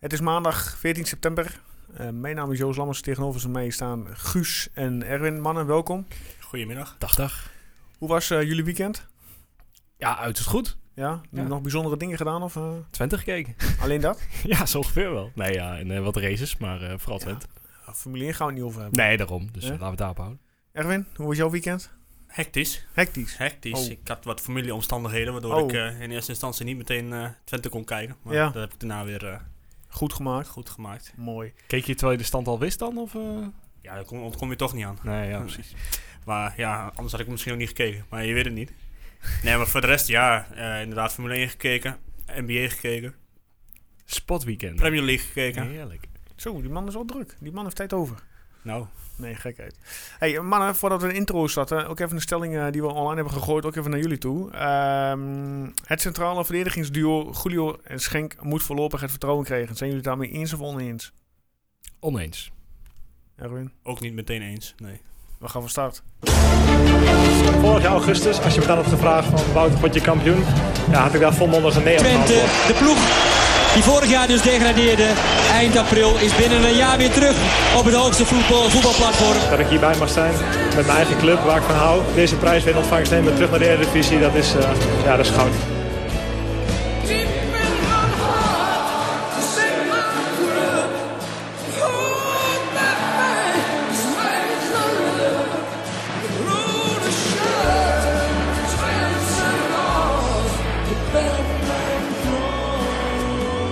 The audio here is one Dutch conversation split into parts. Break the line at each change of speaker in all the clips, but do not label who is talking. Het is maandag 14 september. Eh, mijn naam is Joost Lammers. Tegenover mij staan Guus en Erwin. Mannen, welkom.
Goedemiddag.
Dag, dag.
Hoe was eh, jullie weekend?
Ja, uiterst goed.
Ja?
Ja.
Nog bijzondere dingen gedaan of eh,
Twente gekeken.
alleen dat?
ja, zo ongeveer wel. Nee, ja, en eh, wat races, maar eh, vooral
Ja.
Twente.
Nou, Familie 1 gaan we het niet over hebben.
Nee, daarom. Dus
Ja?
eh, laten we het daarop houden.
Erwin, hoe was jouw weekend?
Hectisch.
Hectisch.
Hectisch.
Oh.
Ik had wat familieomstandigheden, waardoor
Oh.
ik eh, in eerste instantie niet meteen eh, Twente kon kijken. Maar
Ja.
dat heb ik daarna weer eh,
Goed gemaakt.
goed gemaakt.
Mooi.
Keek je terwijl je de stand al wist dan? Of, eh?
Ja, daar kom, ontkom je toch niet aan.
Nee, ja,
Nee.
precies.
Maar ja, anders had ik misschien ook niet gekeken. Maar je weet het niet. Nee, maar voor de rest, ja. eh, inderdaad, Formule 1 gekeken. NBA gekeken.
Spotweekend.
Premier League gekeken.
Heerlijk.
Zo, die man is wel druk. Die man heeft tijd over.
Nou,
Nee, gekheid. hey, mannen, voordat we in de intro starten, ook even een stelling eh, die we online hebben gegooid, ook even naar jullie toe. Ehm, het centrale verdedigingsduo Julio en Schenk moet voorlopig het vertrouwen krijgen. Zijn jullie daarmee eens of oneens?
Oneens.
Erwin,
ook niet meteen eens. Nee.
we gaan van start.
Vorig jaar augustus, als je me dan op de vraag van Wouter, word je kampioen? Ja, had ik daar volmondig een nee op
Twente,
geantwoord.
de ploeg die vorig jaar dus degradeerde, eind april is binnen een jaar weer terug op het hoogste voetbal, voetbalplatform.
Dat ik hierbij mag zijn met mijn eigen club, waar ik van hou. Deze prijs weer in ontvangst nemen, terug naar de Eredivisie, dat is, eh, ja, dat is goud.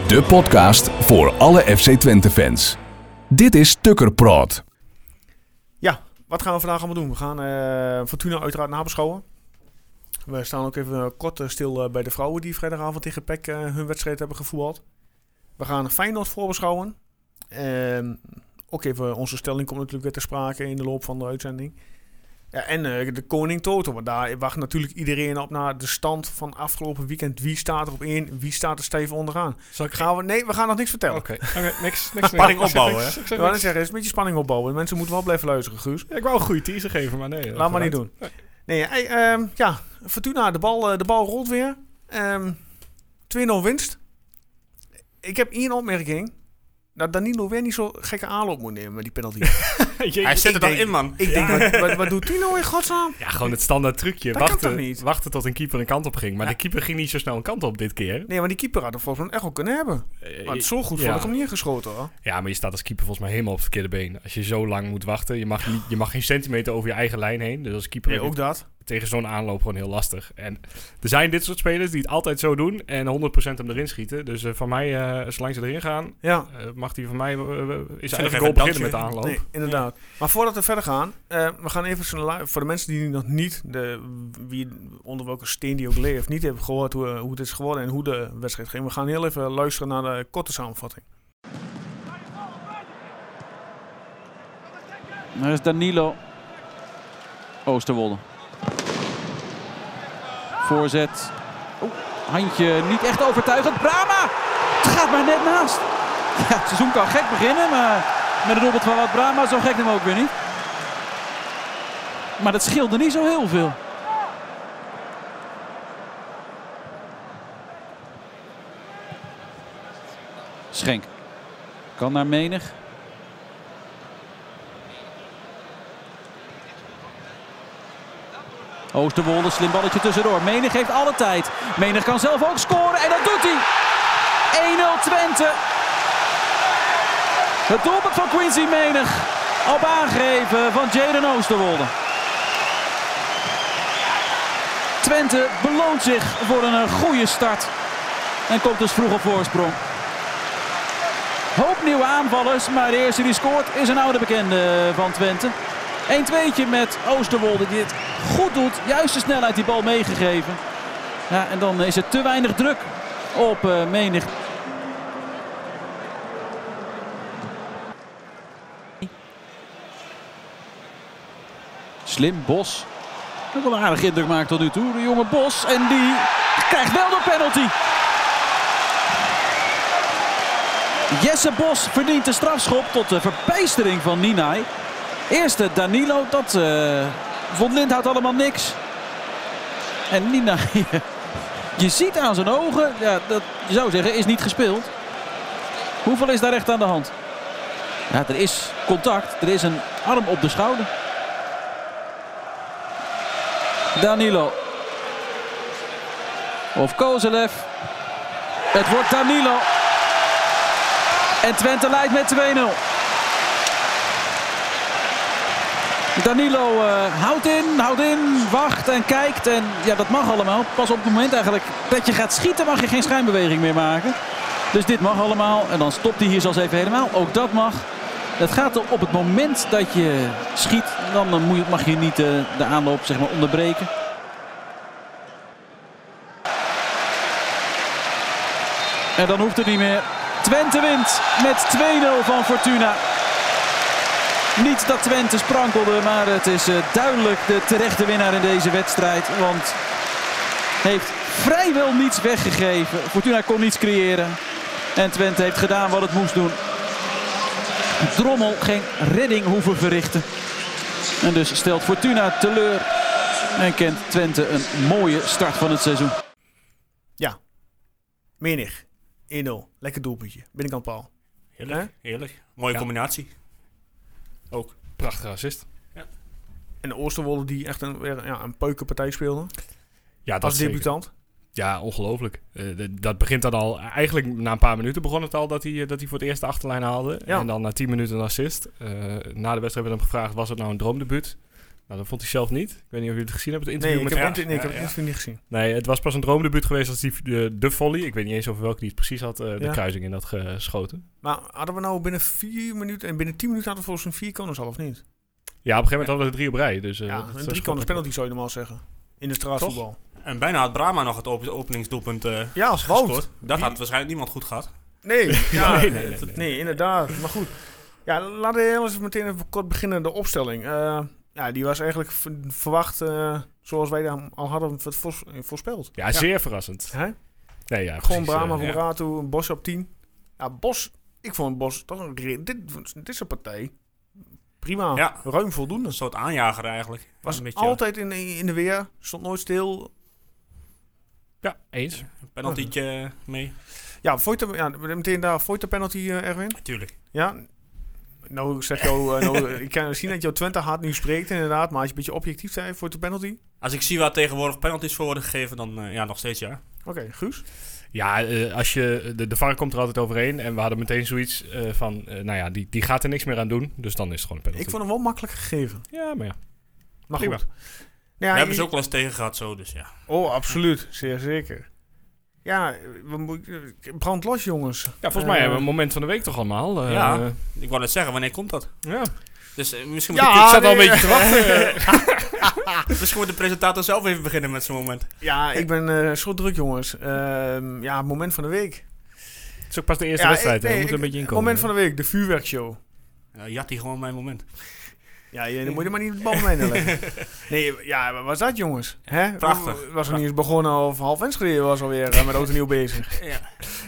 De podcast voor alle FC Twente fans. Dit is Tukker Praat.
Ja, wat gaan we vandaag allemaal doen? We gaan eh, Fortuna uiteraard nabeschouwen. We staan ook even eh, kort eh, stil eh, bij de vrouwen die vrijdagavond tegen PEC eh, hun wedstrijd hebben gevoetbald. We gaan Feyenoord voorbeschouwen. Ehm, ook even onze stelling komt natuurlijk weer ter sprake in de loop van de uitzending. Ja, en eh, de Koning Toto, want daar wacht natuurlijk iedereen op naar de stand van afgelopen weekend. Wie staat er op één, wie staat er stijf onderaan?
Zal ik
Gaan we, nee, we gaan nog niks vertellen.
Oké, Oké, niks. niks
Spanning
Ik zeg
opbouwen,
niks, ik
Ik
zeg
wou net
niks.
zeggen, het is een beetje spanning opbouwen. Mensen moeten wel blijven luisteren, Guus.
Ja, ik wou een goede teaser geven, maar nee.
Laat maar niet doen. Nee, hey, ehm, ja, Fortuna, de bal, eh, de bal rolt weer. Ehm 2-0 winst. Ik heb één opmerking. Dat Danilo weer niet zo gekke aanloop moet nemen met die penalty.
doen.
Hij zit er dan
denk-
in, man.
ik denk, wat, wat, wat doet Tino in godsnaam?
Ja, gewoon het standaard trucje.
Dat kan
wachten,
toch niet?
wachten tot een keeper een kant op ging. Maar de keeper ging niet zo snel een kant op dit keer.
Nee, maar die keeper had hem volgens mij echt wel kunnen hebben.
Eh,
Want zo goed
ja.
vond ik hem neergeschoten hoor.
Ja, maar je staat als keeper volgens mij helemaal op het verkeerde been. Als je zo lang moet wachten, je mag, niet, je mag geen centimeter over je eigen lijn heen. Dus als keeper
Nee,
heb je
ook dat.
tegen zo'n aanloop gewoon heel lastig. En er zijn dit soort spelers die het altijd zo doen en 100% hem erin schieten. Dus eh, van mij, eh zolang ze erin gaan,
Ja,
eh, mag die van mij eh, eh, is
even
eigenlijk
een
goal beginnen
dansje?
met de aanloop.
nee, inderdaad. Maar voordat we verder gaan, eh, we gaan even zo'n lu- voor de mensen die nog niet, de, wie, onder welke steen die ook leeft, niet hebben gehoord hoe, eh, hoe het is geworden en hoe de wedstrijd ging. We gaan heel even luisteren naar de korte samenvatting.
Daar is Danilo. Oosterwolde. Voorzet. Oeh, handje niet echt overtuigend. Brama! Het gaat maar net naast. Ja, het seizoen kan gek beginnen, maar met het doelpunt van wat Brama, zo gek hem ook weer niet. Maar dat scheelde niet zo heel veel. Schenk. Kan naar menig. Oosterwolde, slim balletje tussendoor. Menig heeft alle tijd. Menig kan zelf ook scoren en dat doet hij. 1-0 Twente. Het doelpunt van Quincy Menig. Op aangegeven van Jaden Oosterwolde. Twente beloont zich voor een eh, goede start. En komt dus vroeg op voorsprong. Hoop nieuwe aanvallers, maar de eerste die scoort is een oude bekende eh, van Twente. 1-2'tje met Oosterwolde die het goed doet. Juist de snelheid die bal meegegeven. Ja, en dan is er te weinig druk op eh, menig. Slim, Bos. Ook wel een aardig indruk maakt tot nu toe. De jonge Bos. En die krijgt wel de penalty. Jesse Bos verdient de strafschop tot de verpijstering van Ninai. Eerste Danilo, dat eh, vond Lindhout allemaal niks. En Nina, je ziet aan zijn ogen, ja, dat je zou zeggen, is niet gespeeld. Hoeveel is daar echt aan de hand? Ja, er is contact. Er is een arm op de schouder. Danilo. Of Kozelev. Het wordt Danilo. En Twente leidt met 2-0. Danilo eh, houdt in, houdt in, wacht en kijkt. En ja, dat mag allemaal. Pas op het moment eigenlijk dat je gaat schieten mag je geen schijnbeweging meer maken. Dus dit mag allemaal. En dan stopt hij hier zelfs even helemaal. Ook dat mag. Het gaat er op het moment dat je schiet, dan eh, moet je- mag je niet eh, de aanloop zeg maar, onderbreken. En dan hoeft het niet meer. Twente wint met 2-0 van Fortuna. Niet dat Twente sprankelde, maar het is eh, duidelijk de terechte winnaar in deze wedstrijd. Want heeft vrijwel niets weggegeven. Fortuna kon niets creëren. En Twente heeft gedaan wat het moest doen. Drommel geen redding hoeven verrichten. En dus stelt Fortuna teleur. En kent Twente een mooie start van het seizoen.
Menig. 1-0. Lekker doelpuntje. Binnenkant paal.
Heerlijk, heerlijk. Mooie
Ja.
combinatie. Ook.
Prachtige assist.
En Oosterwolde die echt een, weer, ja, een peukenpartij speelde.
Ja, dat
Als
zeker.
debutant.
Ja, ongelooflijk. Eh, d- dat begint dan al. Eigenlijk na een paar minuten begon het al dat hij, eh, dat hij voor het eerst de achterlijn haalde.
Ja.
En dan na 10 minuten een assist. Eh, na de wedstrijd werd hem gevraagd: was het nou een droomdebuut? Nou, dat vond hij zelf niet. Ik weet niet of jullie het gezien hebben, het
Nee,
interview
ik heb
met hem.
het nee, ik heb
Ja,
het interview niet gezien.
Nee, het was pas een droomdebuut geweest als die, de, de volley. Ik weet niet eens over welke die het precies had, eh, de
Ja.
kruising in had geschoten.
Maar hadden we nou binnen vier minuten en binnen tien minuten hadden we volgens een vier corners al of niet?
Ja, op een gegeven moment hadden we er drie op rij. Dus, eh,
ja,
dat
een
was
drie
gewoon-
corners penalty zou je normaal zeggen. In het straatvoetbal.
En bijna had Brahma nog het op- openingsdoelpunt eh
Ja, als
gescoord.
Wout.
Dat
Wie-
had waarschijnlijk niemand goed gehad.
Nee, ja,
Nee,
nee,
nee, nee, nee.
inderdaad. Maar goed. Ja, laten we heel eens meteen even kort beginnen de opstelling. Eh, ja, die was eigenlijk v- verwacht eh, zoals wij hem al hadden vo- vo- voorspeld.
Ja, zeer verrassend.
Hè?
Nee, ja,
Gewoon
precies,
Brahma,
eh,
van
ja.
Ratu, Bos op 10. Ja, Bos, ik vond Bos toch een... re- Dit, dit is een partij. Prima,
Ja.
ruim voldoende.
Een soort aanjager eigenlijk.
Was
een beetje
altijd in, in de weer, stond nooit stil.
ja, eens.
een penaltietje eh, mee.
Ja, Voigt de- ja meteen daar Voigt de penalty, eh, Erwin.
Natuurlijk.
Ja. Nou, ik zeg jou, eh, nou, ik kan zien dat jouw Twente hard nu spreekt inderdaad, maar als je een beetje objectief zijn voor de penalty.
Als ik zie waar tegenwoordig penalties voor worden gegeven, dan eh, ja, nog steeds ja.
Oké, Guus.
Ja, eh, als je, de, de VAR komt er altijd overheen. En we hadden meteen zoiets eh, van, eh, nou ja, die, die gaat er niks meer aan doen. Dus dan is het gewoon een penalty.
Ik vond hem wel makkelijk gegeven.
Ja, maar ja.
Maar
Prima.
goed. Nou
Daar
Ja,
hebben ze
je-
ook wel eens tegen gehad zo, dus ja.
Oh, absoluut. Zeer zeker. Ja, we moeten brand los, jongens.
Ja, volgens
Eh,
mij hebben we een moment van de week toch allemaal. eh,
Ja. Ik wou net zeggen, wanneer komt dat?
ja.
Dus eh, misschien, moet
Ja,
de-
ik zat al een
nee.
beetje te wachten.
misschien moet de presentator zelf even beginnen met zo'n moment.
Ja, ik ben eh zo druk, jongens. Ehm, ja, moment van de week.
Het is ook pas de eerste
Ja,
wedstrijd.
ik-
hè.
nee,
we moeten
ik-
een beetje inkomen.
Moment van de week, de vuurwerkshow.
Ja, jat hij gewoon mijn moment.
Ja, je, dan moet je maar niet de bal mee leggen. Nee, ja, wat was dat, jongens? Hè?
Prachtig.
Was er niet eens begonnen of half Enschede was alweer eh, met oud en nieuw bezig.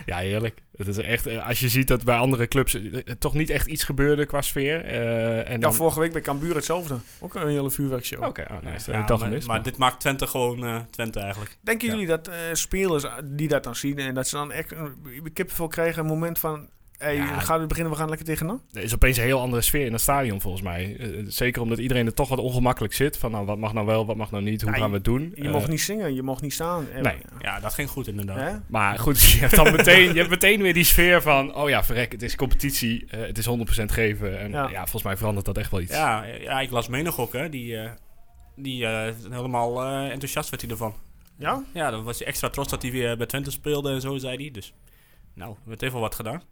Ja, heerlijk. Het is echt, eh, als je ziet dat bij andere clubs eh, eh, toch niet echt iets gebeurde qua sfeer. eh, en
Ja,
dan...
vorige week bij Cambuur hetzelfde. Ook een hele vuurwerkshow.
Oké, oh, nice.
Ja,
ik dacht
maar,
gemist,
maar
maar-
dit maakt Twente gewoon eh, Twente eigenlijk.
Denken
Ja.
jullie dat eh, spelers die dat dan zien en dat ze dan echt een kippenvel krijgen, een moment van... Hey,
Ja.
we gaan weer beginnen, we gaan lekker tegenaan?
Er is opeens een heel andere sfeer in het stadion volgens mij. Eh, zeker omdat iedereen er toch wat ongemakkelijk zit. Van nou, wat mag nou wel, wat mag nou niet, hoe
Ja,
gaan we het doen?
Je
Eh,
mocht niet zingen, je mocht niet staan. En-
Nee.
Ja, dat ging goed inderdaad.
Hè?
Maar goed, je hebt dan meteen, je hebt meteen weer die sfeer van... Oh ja, verrek, het is competitie. eh, het is 100% geven. En ja.
Ja.
volgens mij verandert dat echt wel iets.
Ja, ja, ik las menig ook, hè. Die, eh, die eh, helemaal eh, enthousiast werd hij ervan.
Ja?
Ja, dan was hij extra trots dat hij weer bij Twente speelde en zo, zei hij. Dus, nou, we hebben even wat gedaan.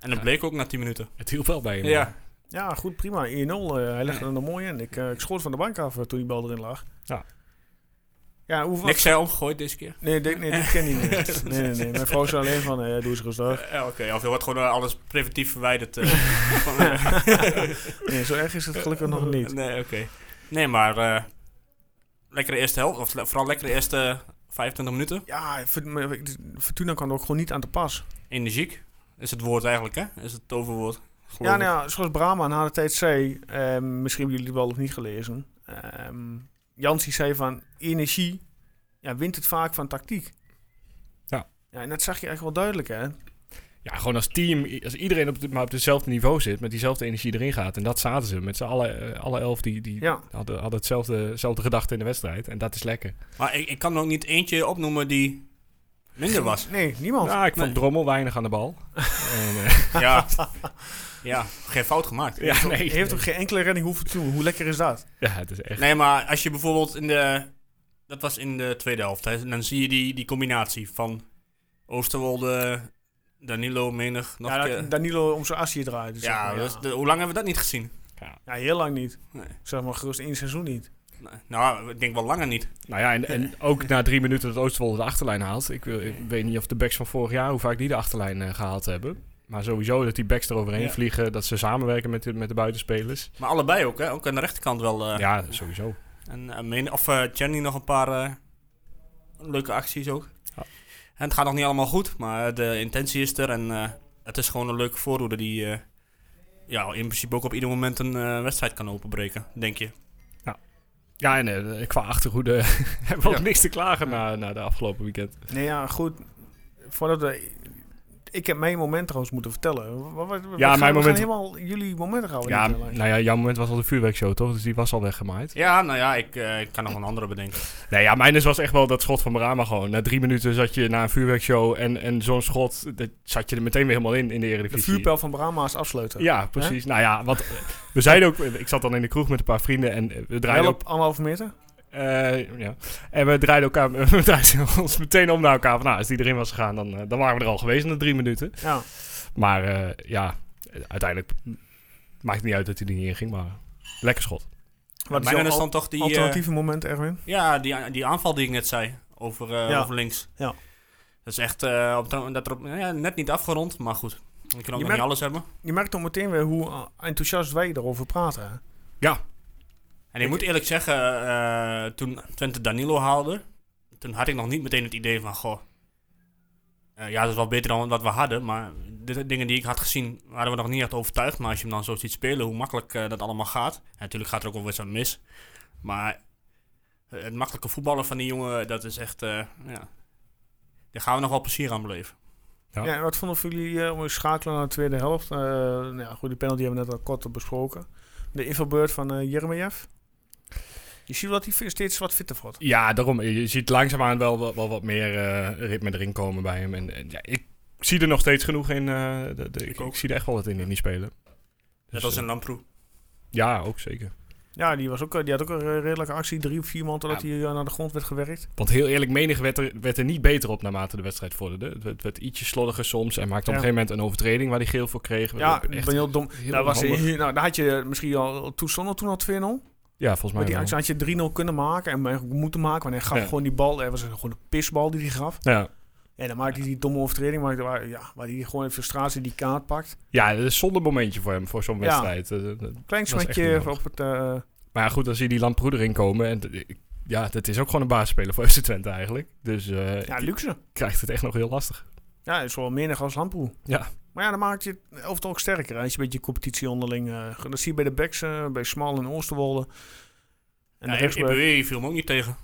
En dat
Ja.
bleek ook na 10 minuten.
Het hielp wel bij hem.
Ja,
Ja, goed, prima. 1-0. eh, hij legde er nog mooi in. Ik, eh, ik schoot van de bank af eh, toen die bal erin lag.
Ja.
Ja, hoe,
niks zei omgegooid deze keer.
Nee, dit, nee, dit ken je niet. Nee, nee, nee. Mijn vrouw zei alleen van, eh, doe eens rustig.
Eh, Oké, of je wordt gewoon eh, alles preventief verwijderd. eh, van-
Nee, zo erg is het gelukkig nog niet.
nee, oké. Nee, maar eh lekkere eerste helft, of le- vooral lekkere eerste 25 minuten.
Ja, Fort- maar ik- Fortuna kan er ook gewoon niet aan te pas.
Energiek is het woord eigenlijk, hè? Is het overwoord.
Ja, nou ja, zoals Brahma na de tijd zei, ehm, misschien hebben jullie het wel of niet gelezen. Ehm Jansie zei van, energie ja, wint het vaak van tactiek.
Ja.
ja. En dat zag je echt wel duidelijk, hè?
Ja, gewoon als team, i- als iedereen op, de- maar op hetzelfde niveau zit, met diezelfde energie erin gaat. En dat zaten ze. Met z'n alle, eh, alle elf die, die
Ja.
hadden, hadden hetzelfde, hetzelfde gedachte in de wedstrijd. En dat is lekker.
Maar ik, ik kan er ook niet eentje opnoemen die minder was.
Nee, niemand.
Nou, ik vond
nee.
Drommel weinig aan de bal. en, eh,
ja. ja, geen fout gemaakt.
ja, nee.
Hij heeft ook geen enkele redding hoeven te doen. Hoe lekker is dat?
Ja, het is echt...
Nee, maar als je bijvoorbeeld in de... Dat was in de tweede helft. Hè, dan zie je die, die combinatie van Oosterwolde, Danilo, Menig, nog
ja,
een
dat
keer.
Danilo om zijn asje draaide. zeg
ja,
maar,
dat is de- hoe lang hebben we dat niet gezien?
Ja, heel lang niet.
Nee.
Zeg maar gerust één seizoen niet.
Nou, ik denk wel langer niet.
Nou ja, en, en ook na drie minuten dat Oosterwolde de achterlijn haalt. Ik, wil- ik weet niet of de backs van vorig jaar, hoe vaak die de achterlijn eh, gehaald hebben. Maar sowieso dat die backs er overheen
Ja.
vliegen, dat ze samenwerken met de, met de buitenspelers.
Maar allebei ook, hè? Ook aan de rechterkant wel. eh,
ja, sowieso.
En, eh, Meen- of eh Chenny nog een paar eh, leuke acties ook.
Ja.
En het gaat nog niet allemaal goed, maar eh, de intentie is er. En eh, het is gewoon een leuke voorhoede die eh, ja, in principe ook op ieder moment een eh, wedstrijd kan openbreken, denk je.
Ja, en eh, qua achterhoede hebben we ook niks te klagen na, na de afgelopen weekend.
Nee, ja, goed. Voordat we... Ik heb mijn moment trouwens moeten vertellen. Wat, wat, ja,
mijn
We
moment-
gaan helemaal jullie moment houden.
Ja,
Oh, niet,
nou ja, jouw moment was al de vuurwerkshow, toch? Dus die was al weggemaaid.
Ja, nou ja, ik, eh, ik kan nog een andere bedenken.
Nee, ja, mijn is was echt wel dat schot van Brama gewoon. Na drie minuten zat je na een vuurwerkshow en, en zo'n schot, dat zat je er meteen weer helemaal in, in de
de
Eredivisie.
vuurpijl van Brahma is afsluiten.
Ja, precies. Nou ja, wat, we zeiden ook... Ik zat dan in de kroeg met een paar vrienden en eh, we draaiden
Wel
ook...
op anderhalve meter.
eh, ja. En we draaiden, elkaar, we draaiden ons meteen om naar elkaar. Van, nou, als die erin was gegaan, dan, eh, dan waren we er al geweest na drie minuten.
Ja.
Maar eh, ja, uiteindelijk maakt het niet uit dat hij er niet in ging, maar lekker schot.
Wat is
Mijn is
jouw
dan toch die, eh,
alternatieve moment, Erwin?
ja, die, die aanval die ik net zei, over, eh,
Ja.
over links.
Ja.
Dat is echt eh, op, dat dat er op, ja, net niet afgerond, maar goed. Je kan ook nog
merkt-
niet alles hebben.
Je merkt toch meteen weer hoe eh, enthousiast wij erover praten. hè?
En ik moet eerlijk zeggen, eh, toen Twente Danilo haalde, toen had ik nog niet meteen het idee van, goh, eh, ja, dat is wel beter dan wat we hadden, maar de dingen die ik had gezien, waren we nog niet echt overtuigd. Maar als je hem dan zo ziet spelen, hoe makkelijk eh, dat allemaal gaat, en natuurlijk gaat er ook wel eens wat mis, maar eh, het makkelijke voetballen van die jongen, dat is echt, eh, ja, daar gaan we nog wel plezier aan beleven.
Ja.
Ja, en wat vonden jullie eh, om te schakelen naar de tweede helft? Eh, nou ja, goed, die penalty hebben we net al kort op besproken. De invalbeurt van eh Jeremejeff. Je ziet wel dat hij v- steeds wat fitter wordt.
Ja, daarom. Je ziet langzaamaan wel, wel, wel wat meer eh, ritme erin komen bij hem. En, en ja, ik zie er nog steeds genoeg in. eh, de, de- ik, ik
ook.
zie er echt wel wat in, in die spelen.
Dat
Dus,
was
eh,
een Lamproe.
Ja, ook zeker.
Ja, die, was ook, eh, die had ook een eh, redelijke actie. Drie of vier man totdat hij eh, naar de grond werd gewerkt.
Want heel eerlijk, menig werd er, werd er niet beter op naarmate de wedstrijd vorderde. Het werd, werd ietsje slordiger soms. en maakte op
Ja.
een gegeven moment een overtreding waar hij geel voor kreeg.
Ja, ik
echt,
ben heel dom.
heel
daar, was hij,
onhandig.
nou, daar had je misschien al... eh, Toen stond het toen al 2-0.
ja volgens mij
Met die
wel.
actie had je 3-0 kunnen maken en eigenlijk moeten maken. Want hij gaf
Ja.
gewoon die bal. Er was gewoon een pisbal die hij gaf.
Ja.
En dan maakt hij die domme overtreding. Maakt, waar, ja, waar hij gewoon in frustratie die kaart pakt.
ja, dat is zonder momentje voor hem, voor zo'n
Ja.
wedstrijd. Eh, eh,
Klein
Dat was echt niet
smetje
nodig.
op het... eh,
Maar ja, goed, dan zie je die Lamproe erin komen. En d- ik- ja, dat is ook gewoon een basisspeler voor FC Twente eigenlijk. Dus eh
ja,
die
luxe.
krijgt het echt nog heel lastig.
Ja, het is wel minder als Lamproe.
Ja.
Maar ja, dan maakt je het elftal ook sterker. hè. Als je een beetje competitie onderling... eh, dat zie je bij de backs, eh, bij Smal en Oosterwolde. En de
Ja, Ibe-
rechtsback.
Ibe viel me ook niet tegen.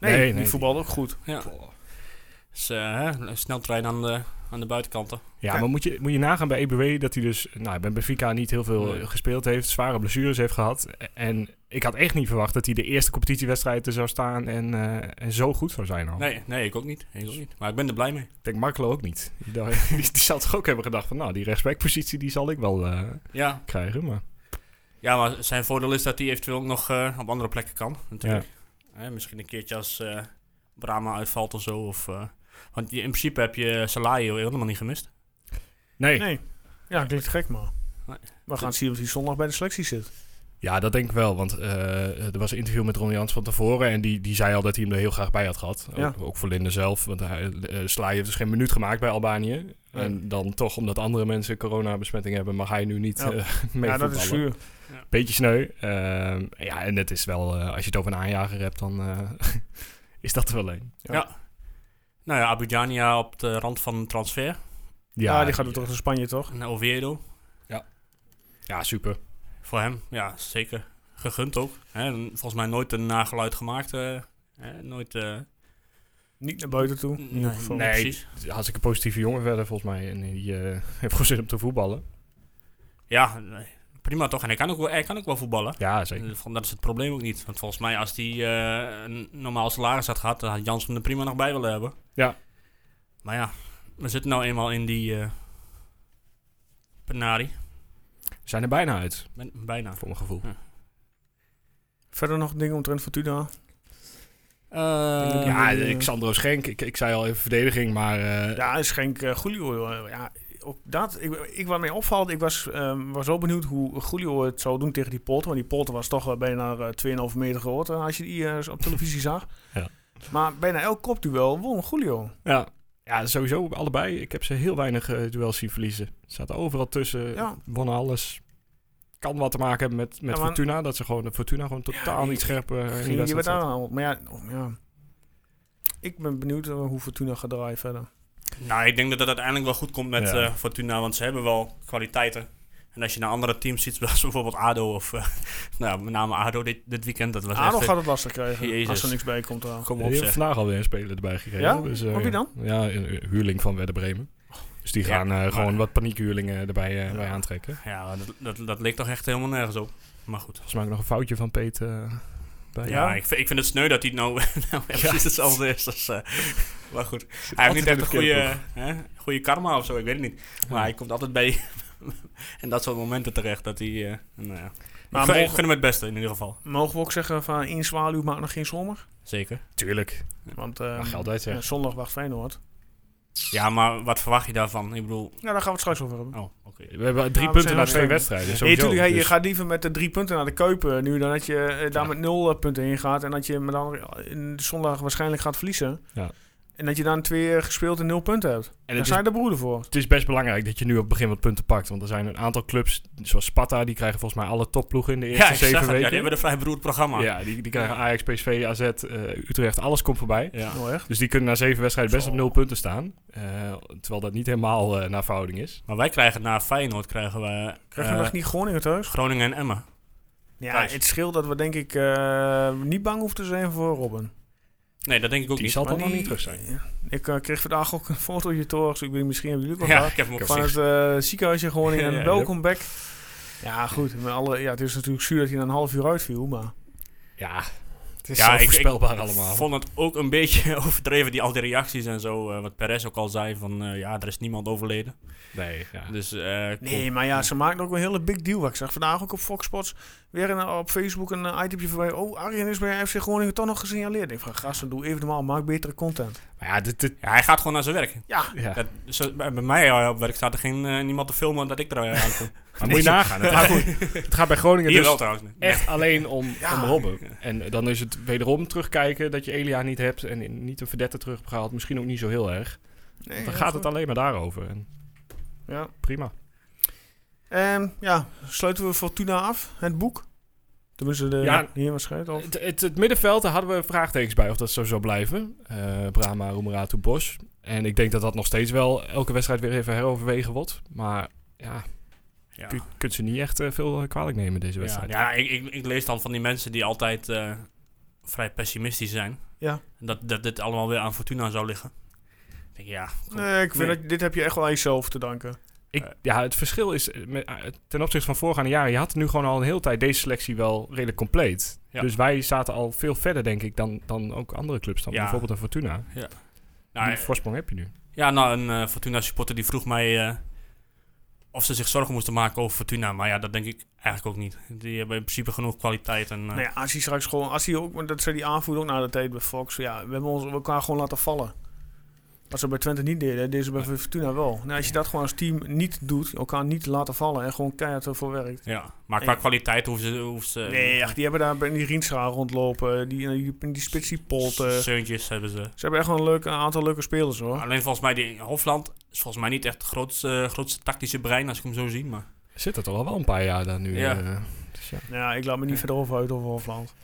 Nee,
Nee,
die
nee.
voetbalde ook goed.
Ja. Dus eh, hè, een sneltrein aan de, aan de buitenkanten.
Ja,
Ja.
maar moet je, moet je nagaan bij EBW dat hij dus nou, bij Benfica niet heel veel
Nee.
gespeeld heeft, zware blessures heeft gehad. En ik had echt niet verwacht dat hij de eerste competitiewedstrijd er zou staan en, eh, en zo goed zou zijn al.
Nee, nee, ik ook niet. Ik ook niet. Maar ik ben er blij mee.
Ik denk Marklo ook niet. Die, dacht- die, die zal toch ook hebben gedacht van, nou, die rechtsbackpositie die zal ik wel eh,
Ja,
krijgen. Maar
ja, maar zijn voordeel is dat hij eventueel ook nog eh, op andere plekken kan. Natuurlijk. Hè, misschien een keertje als eh Brahma uitvalt of zo. Of, eh, want je- in principe heb je Salario helemaal niet gemist.
nee.
Nee. Ja, klinkt gek, maar...
Nee.
We gaan zien of hij zondag bij de selectie zit.
Ja, dat denk ik wel. Want eh, er was een interview met Ron Jans van tevoren. En die, die zei al dat hij hem er heel graag bij had gehad.
Ja.
Ook, ook voor Linde zelf. Want hij, eh, Slaai heeft dus geen minuut gemaakt bij Albanië. En dan toch, omdat andere mensen coronabesmetting hebben, mag hij nu niet
Ja.
eh mee
ja, dat
voetballen.
is zuur.
Beetje sneu. Ehm, ja, en het is wel, eh, als je het over een aanjager hebt, dan eh, is dat er wel een.
Ja.
Nou ja, Abidjania op de rand van een transfer.
Ja, die gaat weer terug naar Spanje, toch?
Een Oviedo.
Ja, super.
Voor hem, ja, zeker. Gegund ook. Hè, en volgens mij nooit een nageluid gemaakt. eh, hè, nooit eh,
Niet naar buiten toe. in ieder geval.
nee.
precies.
Hartstikke positieve jongen verder volgens mij. En die eh, heeft gewoon zin om te voetballen.
Ja, nee, prima toch. En hij kan ook wel, hij kan ook wel voetballen.
Ja, zeker.
Eh, van- Dat is het probleem ook niet. Want volgens mij, als hij eh, een normaal salaris had gehad, dan had Jansen er prima nog bij willen hebben.
Ja.
Maar ja, we zitten nou eenmaal in die eh penari.
We zijn er bijna uit,
Ben- Bijna.
voor mijn gevoel.
Verder nog dingen omtrent Fortuna.
ja,
eh,
eh, Xandro Schenk. Ik, ik zei al even verdediging, maar... eh,
Ja, Schenk, eh, Julio. eh, ja, ook dat. Ik, ik wat mij opvalt, ik was, ehm, was zo benieuwd hoe Julio het zou doen tegen die Polter. Want die Polter was toch wel bijna eh, 2,5 meter groot eh, als je die eh, op televisie zag.
Ja.
Maar bijna elk kopduel won Julio.
Ja. ja, sowieso allebei. Ik heb ze heel weinig eh, duels zien verliezen. Ze zaten overal tussen,
Ja.
wonnen alles. Kan wat te maken hebben met, met
Ja, maar-
Fortuna. Dat ze gewoon de Fortuna gewoon totaal
die-
niet scherp eh, in die
Geen idee
wedstrijd
wat
zaten.
aanhaalt. Maar ja, oh, ja, ik ben benieuwd eh, hoe Fortuna gaat draaien verder.
Nou, ik denk dat dat uiteindelijk wel goed komt met
Ja.
eh, Fortuna, want ze hebben wel kwaliteiten. En als je naar andere teams ziet, zoals bijvoorbeeld ADO of... eh, nou, met name ADO dit, dit weekend, dat was
Adel
echt...
gaat het lastig krijgen als
Jezus.
er niks bij komt. eraan.
Kom
Die
op,
hebben
zeg.
vandaag alweer een speler erbij gekregen.
Ja?
Dus, eh,
Wat wie dan?
Ja, een huurling van Werder Bremen. Dus die
Ja,
gaan eh,
maar-
gewoon wat paniekhuurlingen erbij eh, bij aantrekken.
Ja, dat, dat, dat leek toch echt helemaal nergens op. Maar goed.
Volgens mij ook nog een foutje van Peet eh, bij.
Ja, ik, vind- ik vind het sneu dat hij het nou, nou precies hetzelfde is. als, eh, maar goed, hij heeft
altijd
niet
in
echt
de
een goede, eh, hè, goede karma of zo, ik weet het niet. Maar hij komt altijd bij en dat soort momenten terecht dat hij... eh, nou ja.
Maar
Maar ik gun- ik
mogen-
gun hem het beste in ieder geval.
Mogen we ook zeggen van één zwaluw maakt nog geen zomer?
Zeker.
Tuurlijk.
Want eh,
Mag geld uit, zeg.
ja, zondag wacht Feyenoord.
Ja, maar wat verwacht je daarvan? Ik bedoel...
Ja, daar gaan we het straks over hebben.
Oh, oké.
We hebben drie
we
punten
zijn
na
nog
twee
steeds-
wedstrijden.
Nee,
Sowieso.
natuurlijk. hey,
Dus-
Je gaat liever met de drie punten naar de Kuipen nu dan dat je eh, daar
Ja.
met nul eh, punten heen gaat. En dat je met andere, in de zondag waarschijnlijk gaat verliezen.
Ja.
En dat je dan twee eh, gespeeld en nul punten hebt.
en
Daar
het,
zijn
is,
de broeder voor.
het is best belangrijk dat je nu op het begin wat punten pakt. Want er zijn een aantal clubs, zoals Sparta, die krijgen volgens mij alle topploegen in de
Ja,
eerste
ik zag
zeven
het. Ja, die
weken.
hebben een vrij beroerd programma.
Ja, die, die krijgen Ajax, PSV, AZ, eh, Utrecht, alles komt voorbij.
Ja.
Oh, echt?
Dus die kunnen na zeven wedstrijden best
Zo.
op nul punten staan. Eh, terwijl dat niet helemaal eh naar verhouding is.
Maar wij krijgen na Feyenoord krijgen we
Krijg je
eh,
nog niet Groningen thuis?
Groningen en Emmen.
Ja,
thuis.
het scheelt dat we denk ik eh, niet bang hoeven te zijn voor Robin.
Nee, dat denk ik ook
Die
niet.
zal
maar
dan nog
die-
niet terug zijn.
Ik eh, kreeg vandaag ook een fotootje door, dus ik weet niet, misschien hebben jullie ook wel
Ja,
gehad.
ik heb hem ook
Van
gezien.
het eh, ziekenhuis in Groningen.
Ja,
en
ja,
welkom back. Ja, goed. Met alle, ja, het is natuurlijk zuur dat hij na een half uur uitviel, maar...
Ja, het is
Ja,
zo
ik- ik
voorspelbaar allemaal.
vond het ook een beetje overdreven, die, al die reacties en zo. eh, wat Perez ook al zei, van eh, ja, er is niemand overleden.
Nee, ja.
Dus, eh,
Nee, maar ja, ze maakt ook een hele big deal. Ik zag vandaag ook op Fox Sports weer een, op Facebook een eh, itempje voorbij. Oh, Arjen is bij FC Groningen toch nog gesignaleerd. Ik denk van, gasten, doe even normaal, maak betere content.
Maar ja, dit, dit-
ja, hij gaat gewoon naar zijn werk.
Ja,
ja.
Dat, zo- bij bij mij eh, op werk staat er geen, eh, niemand te filmen dat ik er eh, aan kom.
maar moet je nagaan. Het gaat, het gaat bij Groningen
Hier
dus
wel trouwens. Nee.
echt alleen om,
Ja.
om Robben. En dan is het wederom terugkijken dat je Elia niet hebt en in- niet een verdette terug hebt gehaald. Misschien ook niet zo heel erg.
nee,
Dan gaat het alleen maar daarover. En
Ja.
prima.
Ehm, ja, sluiten we Fortuna af, het boek. Tenminste, de,
Ja.
hier waarschijnlijk al.
Het, het, het middenveld, daar hadden we vraagtekens bij of dat zo zou blijven. Eh Brahma, Roemeratu, Bos. En ik denk dat dat nog steeds wel elke wedstrijd weer even heroverwegen wordt. Maar ja,
Ja.
je kunt ze niet echt eh, veel eh, kwalijk nemen deze
Ja,
wedstrijd.
ja, ik, ik, ik lees dan van die mensen die altijd eh, vrij pessimistisch zijn.
Ja.
Dat, dat dit allemaal weer aan Fortuna zou liggen. Ik denk, ja, kom.
Nee, ik vind
Nee.
dat dit heb je echt wel aan jezelf te danken.
Ik, ja, het verschil is eh, met, eh, ten opzichte van voorgaande jaren. Je had nu gewoon al een hele tijd deze selectie wel redelijk compleet.
Ja.
Dus wij zaten al veel verder, denk ik, dan, dan ook andere clubs. Dan
Ja.
bijvoorbeeld een Fortuna.
Nou,
die
eh,
voorsprong heb je nu.
Ja, nou, een eh, Fortuna-supporter die vroeg mij eh, of ze zich zorgen moesten maken over Fortuna. Maar ja, dat denk ik eigenlijk ook niet. Die hebben in principe genoeg kwaliteit. En, eh,
Nou ja, als hij straks gewoon, als hij ook, want dat zei die aanvoerder ook na de tijd bij Fox. Ja, we hebben ons elkaar gewoon laten vallen. Wat ze bij Twente niet deden, deden ze bij Fortuna wel. Nou, als je dat gewoon als team niet doet, elkaar niet laten vallen en gewoon keihard ervoor werkt.
ja. Maar qua
Nee.
kwaliteit hoeven ze... Hoeven ze
Nee, echt, die hebben daar bij die Rienstra rondlopen, die, die, die, die spits die polt. eh. Ze
Zeuntjes hebben ze.
hebben echt wel een, leuk, een aantal leuke spelers hoor.
Alleen volgens mij, die Hofland is volgens mij niet echt het grootste, eh, grootste tactische brein, als ik hem zo zie. Maar
Zit dat al wel een paar jaar daar nu.
Ja.
eh, dus ja.
Ja, ik laat me niet verder over uit over Hofland.